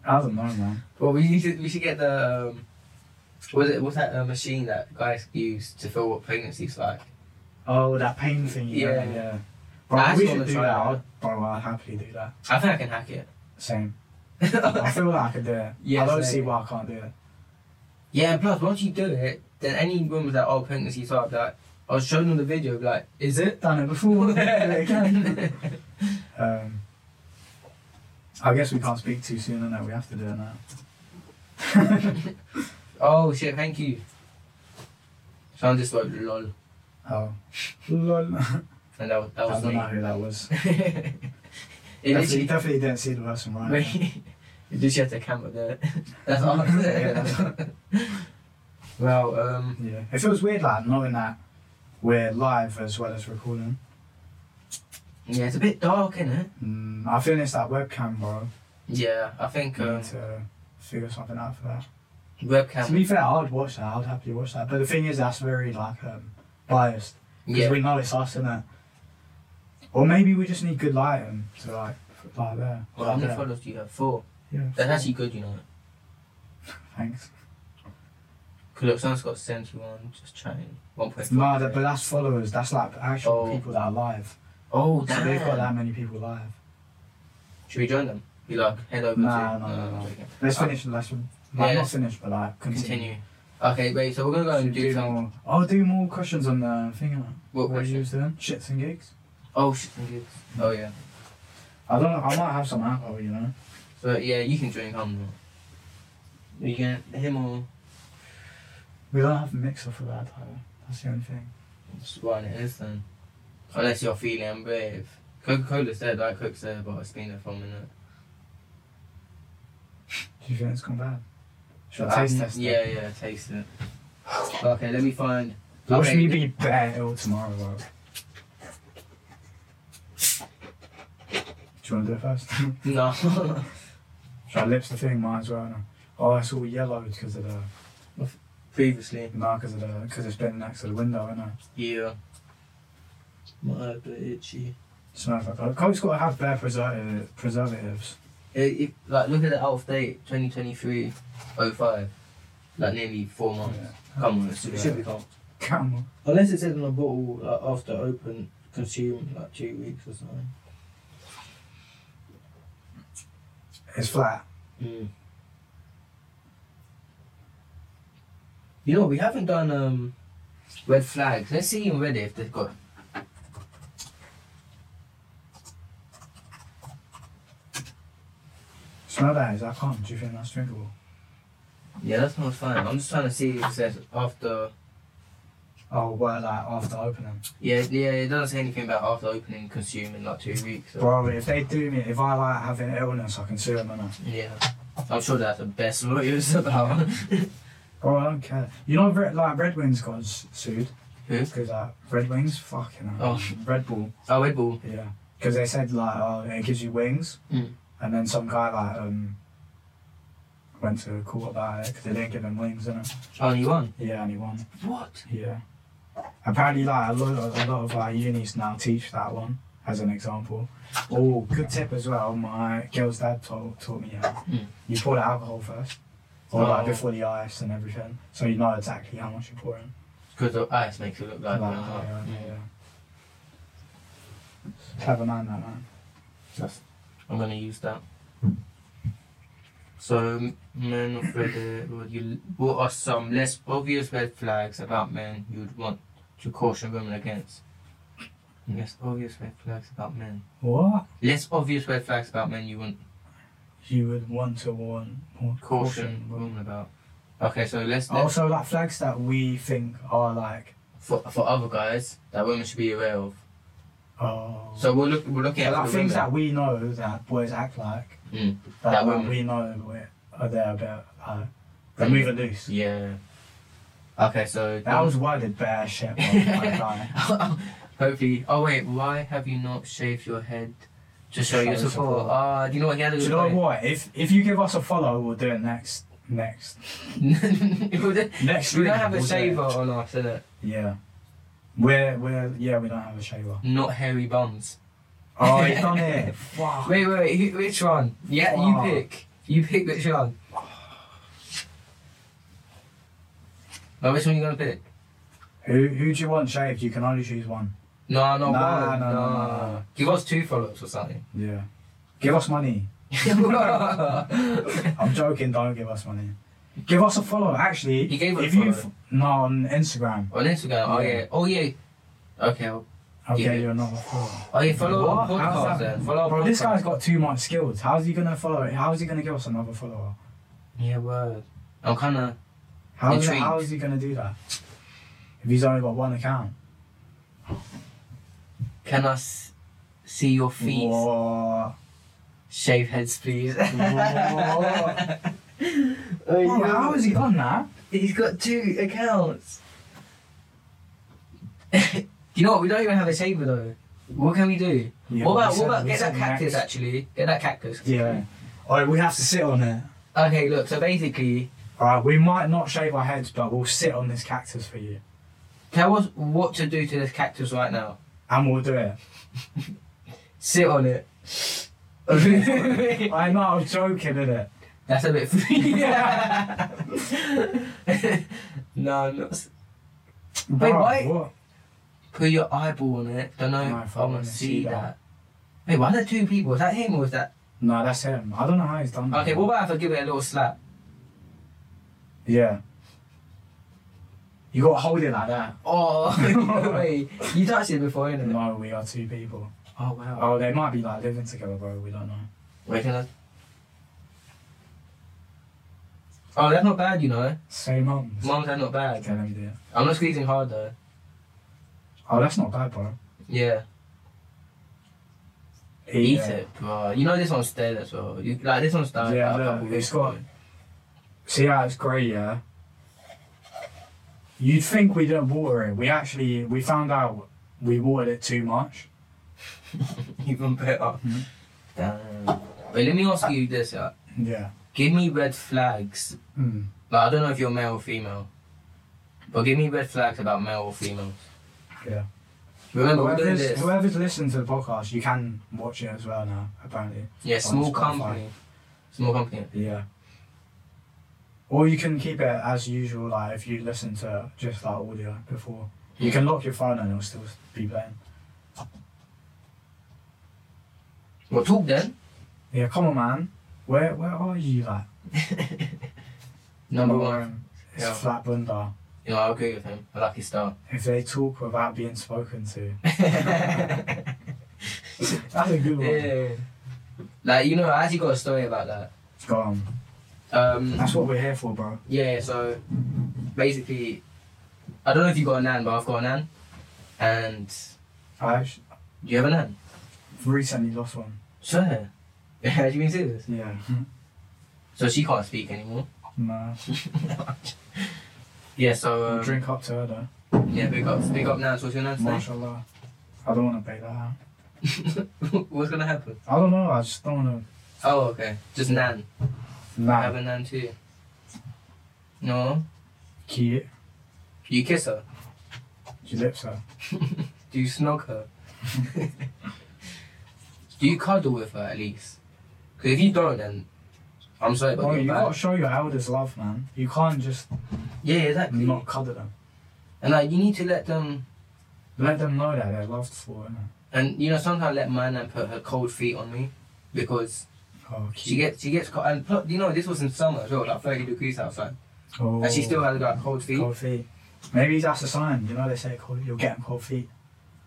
I don't know, man. Well, we need to, we should get the um, was it what's that uh, machine that guys use to feel what pregnancy's like? Oh, that pain thing. You Yeah. Know, yeah. Bro, That's we what should I'm do trying that. to- I'd, bro, I'd happily do that. I think I can hack it. Same. I feel like I could do it. Yeah, I don't same. see why I can't do it. yeah, and plus once you do it, then any woman's like, oh, pregnancy's hard. Like I was showing them the video, like, is it? Done it before. do it again. Um, I guess we can't speak too soon, and we have to do it now. oh shit! Thank you. So I'm just like lol, Oh, lol. I and that was that was don't me. know who that was. it Definitely, literally, definitely didn't see the person right. Wait, you just had the camera there. That's all. well, um. Yeah, it feels weird, like knowing that we're live as well as recording. Yeah, it's a bit dark, isn't it? Mm, I think it's that webcam, bro. Yeah, I think We um, need to figure something out for that. To webcam. be fair, I'd watch that. I'd happily watch that. But the thing is, that's very like um, biased because Yeah, we know it's us, innit? Or maybe we just need good lighting to like, f- like there. well, how like many there. followers do you have? Four. Yeah. That's actually good, you know. Thanks. Because look, someone's got 71, just chatting. 1.5. No, that, but that's followers. That's like actual Oh. people that are live. oh, So damn. they've got that many people live. Should we join them? Be like, head over Nah, to. nah, nah, I'm nah. joking. Let's Uh, finish. Let's like, yeah, not let's finish, but like continue. Continue. Okay, wait, so we're going to go Should and do do some. more. I'll Oh, do more questions on the thing. innit? What you question? was doing? Shits and gigs. Oh, shit, I'm good. Oh, yeah. I don't. know, I might have some alcohol, you know. So, yeah, you can drink, I'm not. You can, him or. We don't have a mixer for that. Tyler. That's the only thing. Just one it is then. Unless you're feeling brave. Coca Cola's there, Diet Coke's there, but it's been there for a minute. Do you think it's gone bad? Should Um, I taste test? it? Yeah, yeah, taste it. Okay, let me find. Watch okay. me be bare ill tomorrow. Bro. Do you want to do it first? No. Should I lips the thing? Might as well. No. Oh, it's all yellow because of the Previously. no, because of the because it's been next to the window, isn't it? Yeah. My bit itchy. Smells like Coke's got to have bare preservative, preservatives. If, if- like look at the out of date 2023 05, like nearly four months. Come on, it should, It should be gone. Come on. Unless it says on the bottle like, after open, consume like two weeks or something. It's flat. Mm. You know, we haven't done um red flags. Let's see in red if they've got. Smell that, is that calm? Do you think that's drinkable? Yeah, that's not fine. I'm just trying to see if it says after. Oh, well, like after opening. Yeah, yeah, it doesn't say anything about after opening consuming like two weeks. So. Bro, if they do me, if I like have an illness, I can sue them, innit? Yeah, I'm sure that's the best lawyers about. Bro, I don't care. You know, Red, like Red Wings got s- sued Who? because like Red Wings, fucking hell. Oh. Red Bull, Oh, Red Bull. yeah, because they said like, oh, it gives you wings, Mm. and then some guy like um went to court about it because they didn't give him wings, innit? Oh, you won. Yeah, and he won. What? Yeah. Apparently, like a lot, of, a lot of like unis now teach that one as an example. Oh, good tip as well. My girl's dad taught, taught me how Mm. you pour the alcohol first, or Oh. like before the ice and everything, so you know exactly how much you pour in. Because the ice makes it look like. Hmm. Like, Oh, yeah, yeah. Clever man, that man. That's, I'm gonna use that. So, men of red, uh, would you, what are some less obvious red flags about men you'd want to caution women against? Less obvious red flags about men. What? Less obvious red flags about men you want You would want to warn more caution Hmm. women about. Okay, so let's, let's Also, like flags that we think are like, for, for other guys that women should be aware of. oh, So we're look we're looking yeah, at like the things that women. we know that boys act like. Mm. Like, That like, women- we know we're, are there about uh, they're moving loose. Yeah. Okay, so That was worded bare shit. bro. Like, like, Hopefully. Oh wait, why have you not shaved your head to show your Show support? support. Ah, do you know what? Yeah, Do you know what? If if you give us a follow, we'll do it next next we next. don't week, have a we'll do it. shaver on us, innit? Yeah, we're we're yeah we don't have a shaver. Not hairy bums. Oh, he's done it. Fuck. Wait, wait, wait. who- Which one? Yeah, Fuck. you pick. You pick which one. No, Oh, which one you gonna pick? Who who do you want shaved? You can only choose one. No, no, Nah, one. no, no, no, no. Give us two follow-ups or something. Yeah. Give us money. yeah, I'm joking. Don't give us money. Give us a follow. Actually, He gave a if you follow. f- no on Instagram, On Instagram, oh Yeah. yeah, oh yeah. Okay, I'll- I'll Yeah. get you another follow. oh yeah, follow our What? How's podcast that- then. Follow our Bro, this podcast. guy's got too much skills. How's he gonna follow? How's he gonna give us another follower? Yeah, word. I'm kind of. How's Intrigued. how is he gonna do that? If he's only got one account. Can I s- see your feet? Whoa. Shave heads, please. Whoa. Oh, Bro, how has he done that? He's got two accounts. you know what? We don't even have a saver though. What can we do? Yeah, what about we what said- about we get that said cactus next- actually? Get that cactus. Yeah. Alright, we have to sit on it. Okay, look. So basically, Alright, we might not shave our heads, but we'll sit on this cactus for you. tell us what to do to this cactus right now. And we'll do it. Sit on it. I know, I was joking, innit? That's a bit free. no, not. s- Bro, why- What? Put your eyeball on it. Don't know. No, if if I I want wanna to see see that. Wait, why are there two people? Is that him or is that? No, that's him. I don't know how he's done that. Okay, what about if I give it a little slap? Yeah. You gotta hold it like that. Oh, wait, you touched it before, innit? No, we are two people. Oh wow. Oh, they might be like living together, bro. We don't know. Wait, can I? Oh, that's not bad, you know. Same mums. Mom's that's not bad. Okay, let me do it. I'm not squeezing hard though. Oh, that's not bad, bro. Yeah. Eat it, bro. You know this one's dead as well. You, like this one's dying. Yeah, like, a look, couple it's weeks got- ago. See how it's grey, yeah. You'd think we didn't water it. We actually we found out we watered it too much. Even better. Mhm. Damn. Wait, let me ask you this, yeah. Yeah. Give me red flags. Mm. Like, I don't know if you're male or female, but give me red flags about male or females. Yeah. Remember, we're doing Whoever's, this. whoever's listening to the podcast, you can watch it as well now, apparently. Yeah, small Spotify. company. Small company. Yeah. Or you can keep it as usual, like if you listen to just like audio before. You can lock your phone and it'll still be playing. Well, talk then. Yeah, come on, man. Where where are you, like? Number Oh, one. um, It's Yeah. flat bunda. You know, I agree with him. A lucky star. If they talk without being spoken to, yeah. that's a good one. Like, you know, I actually got a story about that. Go on. Um, That's what we're here for, bro. Yeah, so basically, I don't know if you got a nan, but I've got a nan. And I actu- do you have a nan? recently lost one. Sure. Have you been serious? Yeah. So she can't speak anymore. nah. Yeah, so. Um, Drink up to her though. Yeah, big up, big up nan. So what's your nan's name? Mashallah. I don't want to bait that out. what's gonna happen? I don't know. I just don't want Oh, okay. Just nan. to. I have Nah. a nan too. No? Cute. You kiss her? She lips her. Do you snog her? Do you cuddle with her at least? Because if you don't, then I'm sorry, but Bro, you're Oh, you bad. gotta show your elders love, man. You can't just Yeah, exactly. not cuddle them. And like you need to let them, Let them know that they're loved for. innit? and you know sometimes let my nan put her cold feet on me, because Oh, she cute. gets she gets cold. And pl- you know this was in summer as well, like thirty degrees outside, Oh, and she still has like cold feet, cold feet. Maybe that's a sign. You know they say cold, you're getting cold feet.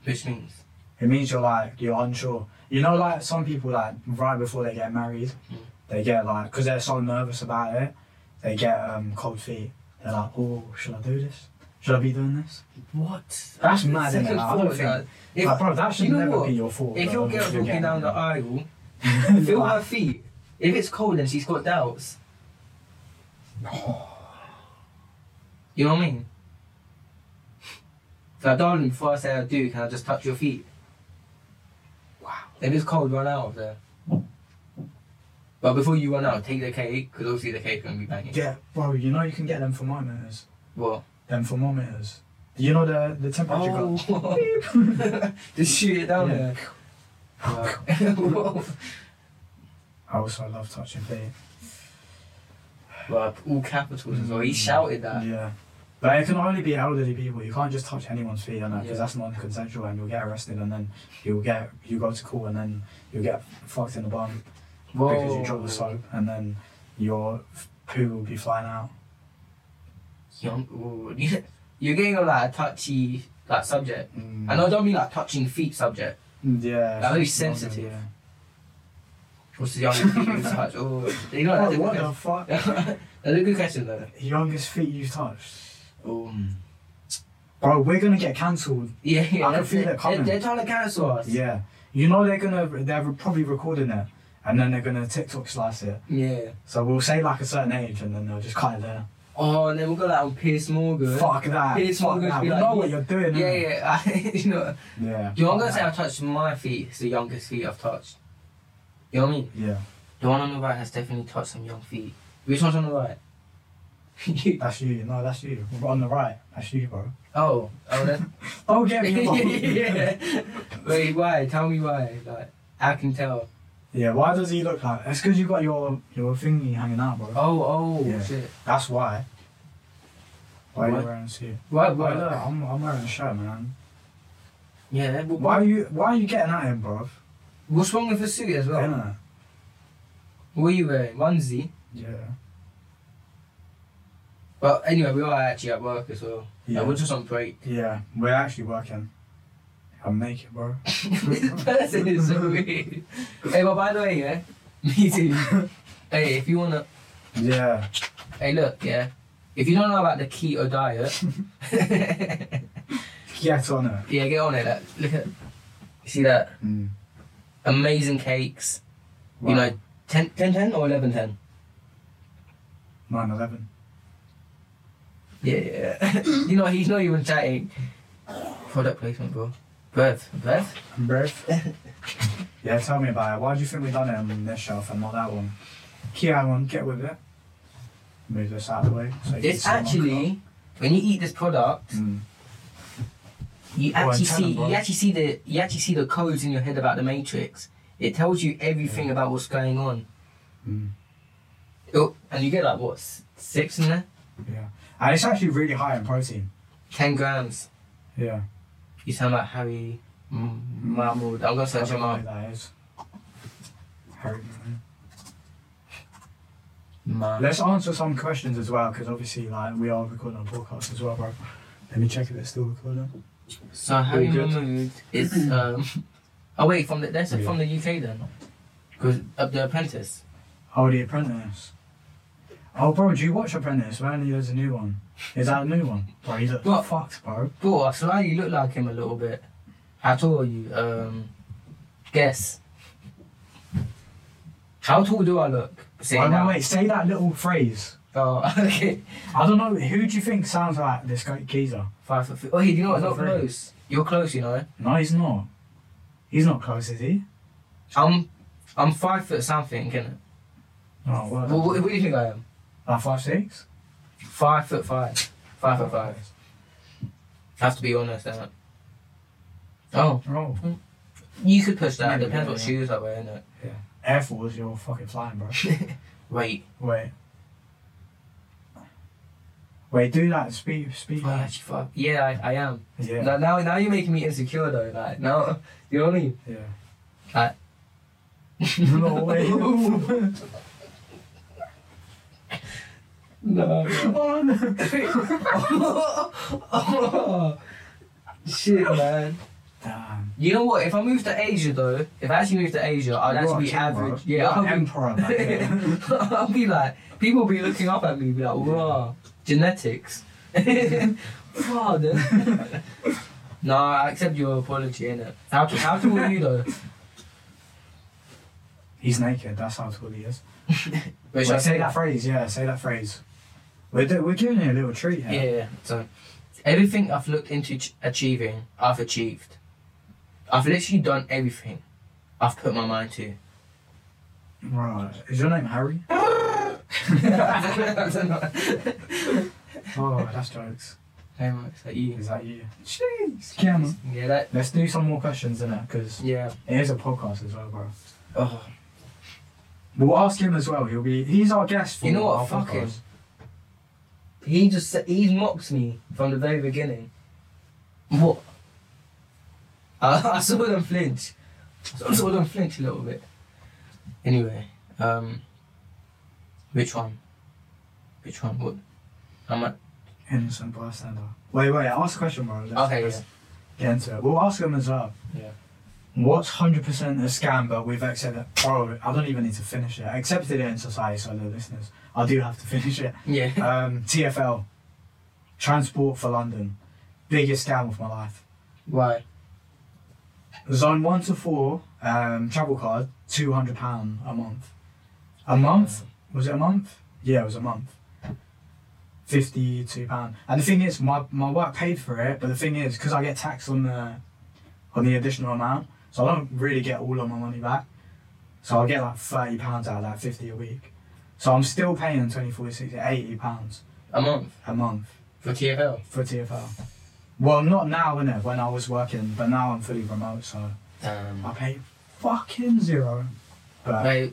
which means It means you're like you're unsure. You know, like some people like right before they get married, Mm. they get like because they're so nervous about it, they get um cold feet. They're like, oh, should I do this? Should I be doing this? what? That's mad, Second innit? Like, I don't thought, think- like, if, like, bro, that should you know never what? be your fault. if bro, your girl's you're walking getting down the married. aisle, feel her feet. If it's cold and she's got doubts, you know what I mean? So, like, darling, before I say I do, can I just touch your feet? Wow. If it's cold, run out of there. But before you run out, take the cake, because obviously the cake's going to be banging. Yeah, bro, you know you can get them thermometers. What? Them thermometers. You know the the temperature. gun? Oh. just shoot it down Yeah. there. Wow. I also love touching feet. Well, all capitals as well. Mm. He shouted that. yeah. But it can only be elderly people. You can't just touch anyone's feet, because Yeah. that's non-consensual, and you'll get arrested, and then you'll get you go to court, and then you'll get fucked in the bum because you dropped the soap, and then your f- poo will be flying out. Young, ooh. You're getting on like a touchy like subject. Mm. And I don't mean like touching feet subject. Yeah. That it's is not good, sensitive. yeah. What's the youngest feet you've touched? Oh, you know, that's Oh, a what good question. the fuck? that's a good question though. Youngest feet you've touched. Oh. Um, Bro, we're gonna get cancelled. yeah, yeah. I can that's feel it. it coming. They're, they're trying to cancel us. Yeah. You know they're gonna they're probably recording it, and then they're gonna TikTok slice it. Yeah. So we'll say like a certain age, and then they'll just cut it there. Oh, and then we'll go like on Piers Morgan. Fuck that. It's Fuck all gonna that. be We like- know what you're doing. Yeah, innit? yeah. I, you know, Yeah. you know, I'm gonna say I've touched my feet. It's the youngest feet I've touched. You know what I mean? Yeah, The one on the right has definitely touched some young feet. Which one's on the right? You- that's you. No, that's you. We're on the right. That's you, bro. oh, oh, that's. Don't get me wrong. yeah. Wait, why? Tell me why. Like, I can tell. Yeah, why does he look like? It's because you got your your thingy hanging out, bro. Oh, oh, Yeah. shit. That's why. Why are What? you wearing a suit? Why, Why? why? look, I'm, I'm wearing a shirt, man. yeah, that- but Why why? are you Why are you getting at him, bro? What's wrong with the suit as well? Innit? What are you wearing? Onesie. Yeah. Well, anyway, we are actually at work as well. Yeah. Yeah. we're just on break. Yeah, we're actually working. I'm naked, bro. this person is so weird. hey, but by the way, yeah, me too. hey, if you wanna, Yeah. hey, look, yeah, if you don't know about the keto diet. Get on it. Yeah, get on it. Like, look at, you see that Mm. amazing cakes. You Wow. know, 10, 10, 10 or 11, 10? 9 11. Yeah, yeah. you know, he's not even chatting. Product placement, bro. Breath, breath. Breath. yeah, tell me about it. Why do you think we done it on this shelf and not that one? Kia one, get with it. Move this out of the way. So you can It's see my actually when you eat this product, cup. Mm. you Well, actually in see Cannonball- you actually see the you actually see the codes in your head about the Matrix. It tells you everything about what's going on. Mm. Oh, and you get like what s- six in there? And it's actually really high in protein. Ten grams. Yeah. You sound like Harry M- Mahmoud. I'm gonna I search don't him know up. who that is. Harry Potter. Ma- Let's answer some questions as well, because obviously, like, we are recording a podcast as well, bro. Let me check if it's still recording. So Harry good. Mahmoud is um. Oh wait, from the that's Yeah. from the UK then, because of The Apprentice. Oh, The Apprentice. Oh, bro, do you watch Apprentice? Where only there's a new one. Is that a new one? Bro, he looks What? fucked, bro. Bro, I slightly look like him a little bit. How tall are you? Um, guess. How tall do I look? Say Wait, wait, now. wait, say that little phrase. Oh, okay. I don't know, who do you think sounds like this guy, geezer? Five foot three. Oh, hey, you know what? Five Not foot three. close. You're close, you know. No, he's not. He's not close, is he? I'm, I'm five foot something, innit? Oh, well, Well, what, what do you think I am? like five six? Five foot five. Five foot five. I have to be honest, innit? Oh, Oh, you could push that. Yeah, Depends yeah, what yeah. shoes I wear, innit? Air Force, you're fucking flying, bro. Wait. Wait. Wait, do that. Speak, speak. Oh, actually, fuck. Yeah, I, I am. Yeah. Now, now, now you're making me insecure though. Like now, you're only. yeah. Like- no way. oh, No. no. Shit, man. Damn. You know what? If I move to Asia though, if I actually move to Asia, I'd You're actually a be king, bro. average. You're Yeah, an emperor. man. Yeah. I'll be, I'll be like, people will be looking up at me, be like, wow, genetics. wow, then. no, I accept your apology, innit? How to, how to you though? He's naked. That's how tall he is. Wait, Wait, say that phrase. Yeah, say that phrase. We're, do- we're giving you a little treat Yeah. here. yeah. So everything I've looked into ch- achieving, I've achieved. I've literally done everything I've put my mind to. Right. Is your name Harry? Oh, that's jokes. Hey, Max, like you. Is that you? Jeez. Yeah, man. Yeah, that. Let's do some more questions in it, because Yeah. it is a podcast as well, bro. Oh, We'll ask him as well. He'll be. He's our guest. For You know what? our Fuck him. podcast. he just sa- he mocked me from the very beginning. What? I, I saw them flinch. I saw- I saw them flinch a little bit. Anyway, um, which one? Which one? What? I'm at, Innocent bystander. Wait, wait. Ask a question, bro. Let's, okay. let's Yeah. Get into it. We'll ask him as well. Yeah. What's hundred percent a scam, but we've accepted. Bro, I don't even need to finish it. I accepted it in society, so the listeners, I do have to finish it. Yeah. Um, TFL, Transport for London, biggest scam of my life. Why? Zone one to four, um, travel card, two hundred pound a month. A month? Was it a month? Yeah, it was a month. Fifty-two pound. And the thing is, my my work paid for it, but the thing is, because I get taxed on the on the additional amount, so I don't really get all of my money back. So I get like thirty pounds out of that fifty a week. So I'm still paying 24, 60, 80 pounds A month a month for TFL. for TFL. Well, not now, innit? When I was working, but now I'm fully remote, so I Um, pay fucking zero. But they,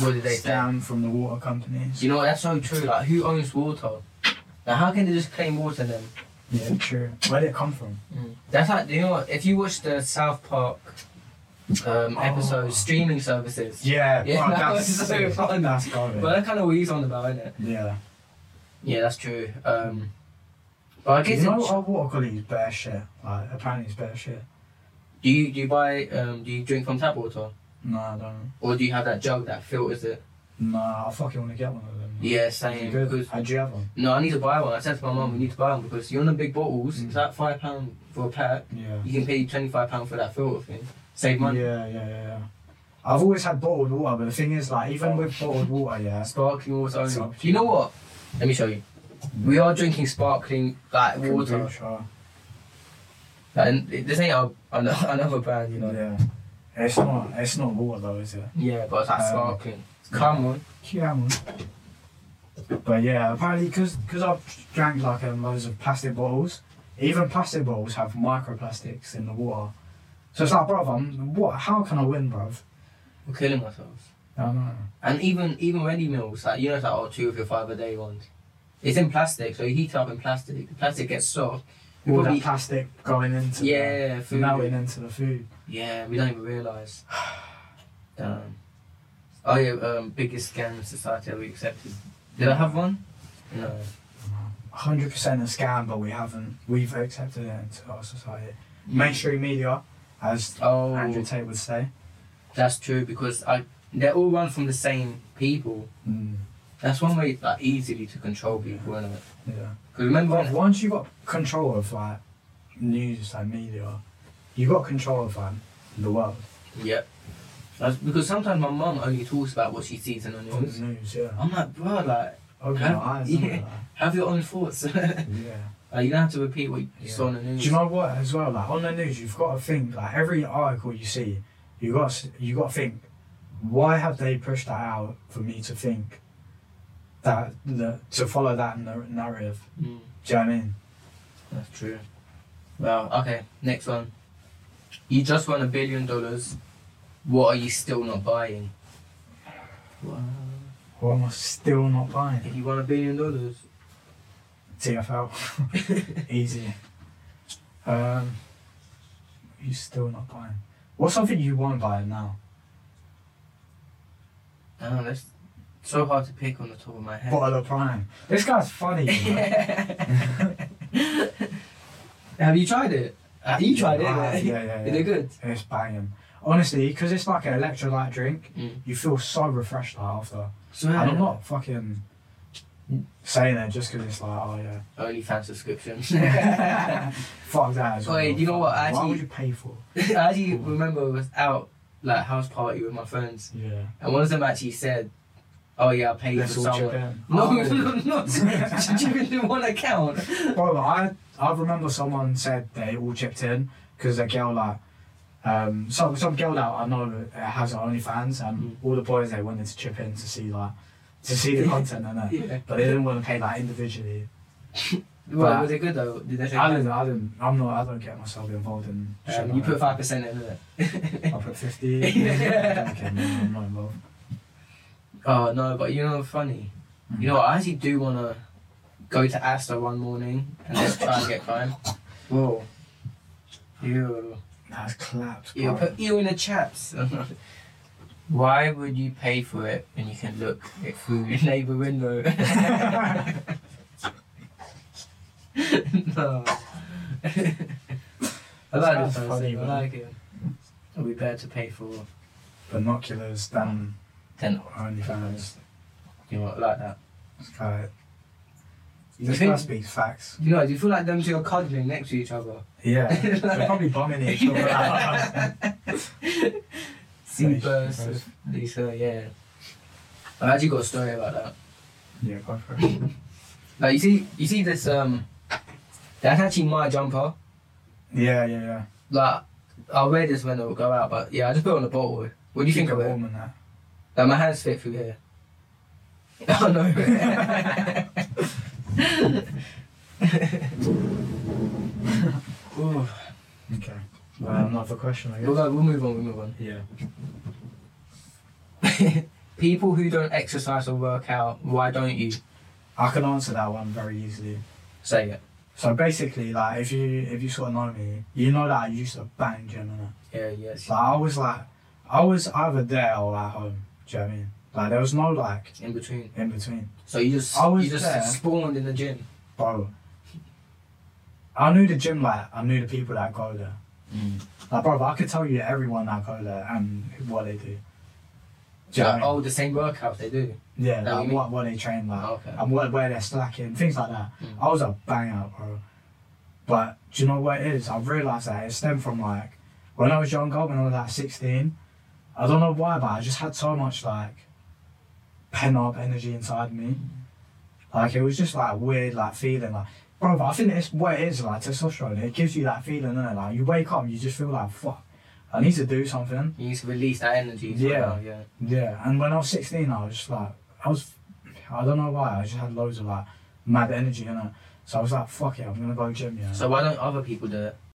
what did they say? scam from the water companies. You know that's so true. Like who owns water? Now how can they just claim water then? Yeah, true. Where did it come from? That's like you know what? If you watch the South Park um, Oh. episode streaming services, Yeah, Yeah, bro, that that's was so sick. fun. That's garbage. but that's kind of what he's on about, isn't it? yeah. Yeah, that's true. Um, but I You guess know, it- our water quality is better shit. Like, apparently it's better shit. do you do you buy um, do you drink from tap water No, I don't. or do you have that jug that filters it? No, I fucking want to get one of them. Yeah, Is it same. Good. Because How'd you have one? no, I need to buy one. I said to my mum, we need to buy one because you know the big bottles. Mm. It's like five pound for a pack. Yeah. You can pay twenty five pound for that filter thing. Save money. Yeah, yeah, yeah, yeah. I've always had bottled water, but the thing is, like, even with bottled water, yeah, Sparkling water only. So- you know what? Let me show you. We are drinking sparkling like water. kombucha, And this ain't our, an- another brand, you know. Yeah, Yeah. It's not. It's not water though, is it? but it's like Um, sparkling. Come on. Yeah, man. But yeah, apparently, because cause I've drank like um, loads of plastic bottles, Even plastic bottles have microplastics in the water. So it's like, bruv, I'm, what, how can I win, bruv? We're killing ourselves. I don't know. And even even ready meals, like you know, it's like oh, two of your five a day ones. It's in plastic, so you heat it up in plastic. The plastic gets soft. We All probably- that plastic going into yeah, the, food. melting into the food. Yeah, we don't even realise. Damn. Oh yeah, um, biggest scam in society that we accepted. Did I have one? No. 100% a scam, but we haven't, we've accepted it into our society. Mainstream media, as Oh, Andrew Tate would say. that's true because I they all run from the same people. Mm, That's one way like easily to control people, isn't it? yeah. Because remember, Well, once you got control of like news and media, you got control of like, the world. yeah. That's because sometimes my mum only talks about what she sees in the On news. the news, yeah. I'm like, bro, like, Open Huh? your eyes. innit, Yeah. have your own thoughts. like, like, yeah. you don't have to repeat what you Yeah. saw on the news. Do you know what as well? Like on the news, you've got to think. Like every article you see, you got to, you got to think. Why have they pushed that out for me to think that the, to follow that nar- narrative? Mm, Do you know what I mean? that's true. Well, okay, next one. You just won a billion dollars. What are you still not buying? Wow. What am I still not buying? If you won a billion dollars, TFL. Easy. Um, you still not buying. What's something you want to buy now? damn, Ah, that's so hard to pick on the top of my head. Bottle of Prime. This guy's funny. you know? Have you tried it? Uh, you tried it? I have, right? yeah, yeah, yeah. Is it good? It's banging. Honestly, because it's like an electrolyte drink, Mm. you feel so refreshed like, after. So And I'm not fucking saying that just because it's like, oh yeah. Only fan subscription. Fuck that as well. Wait, you know what, Why actually- would you pay for it? I actually remember I was out like house party with my friends, Yeah. and one of them actually said, "Oh yeah, I paid Let's for all chip someone." in. No, Oh. no, not chipping in one account. Well, I I remember someone said they all chipped in because a girl like um some some girl that I know uh, has her OnlyFans and Mm. all the boys they wanted to chip in to see like to see the content and that, Yeah. but they didn't want to pay like individually. Well, was it good though? Did they say? I didn't. I didn't. I'm not. I don't get myself involved in. shit Um, like you put that. five percent in it. I put fifty. okay, no, I'm not involved. Oh no, but you know, funny. You know, what, I actually do wanna go to Asda one morning and just try and get crime. Whoa. Ew. Mm. That's clapped. Ew. bro. Put ew in the chaps. Why would you pay for it when you can look it through your neighbour window? no. I like That's this person. funny, I man. like it. It would be better to pay for Binoculars than ten. OnlyFans. You know, what, I like that. Uh, You this think- must be facts. You know, do you feel like them two are cuddling next to each other? Yeah, they're probably bombing each other out. Sea Nice, bursts nice. of Lisa, uh, yeah. I've actually got a story about that. Yeah, go for it. Like you see you see this um that's actually my jumper. Yeah, yeah, yeah. Like I'll wear this when I go out, but yeah, I just put it on the bottle. What do you think Keep of it it? warm and that. Like Uh, my hands fit through here. Oh no. Ooh. Okay. Well, another question, I We'll, guess. go, we'll move on, we'll move on. Yeah. People who don't exercise or work out, why don't you? I can answer that one very easily. Say it. So basically, like, if you if you sort of know me, you know that I used to bang gym and that. Yeah, yes. Like, I was like, I was either there or at home. Do you know what I mean? Like, there was no like In between. in between, So you just I was you just there. spawned in the gym. bro. I knew the gym, like, I knew the people that go there. Mm. Like, Uh, bro, I could tell you everyone that go there and what they do. Do you know what I Like, mean? oh, the same workouts they do. Yeah, Know what like you what, what they train like, Okay. and what, where they're slacking, things like that. Mm. I was a bang out, bro. But do you know what it is? I've realised that it stemmed from like when I was younger, when I was like 16. I don't know why, but I just had so much like pent up energy inside me. Like it was just like a weird, like feeling like. Bro, but I think it's what it is like testosterone. It gives you that feeling, innit? Like you wake up, you just feel like fuck. I need to do something. You need to release that energy. Yeah. somehow, yeah. Yeah, and when I was 16, I was just like, I was, I don't know why, I just had loads of like mad energy, and So I was like, fuck it, I'm gonna go gym, yeah. So why don't other people do it?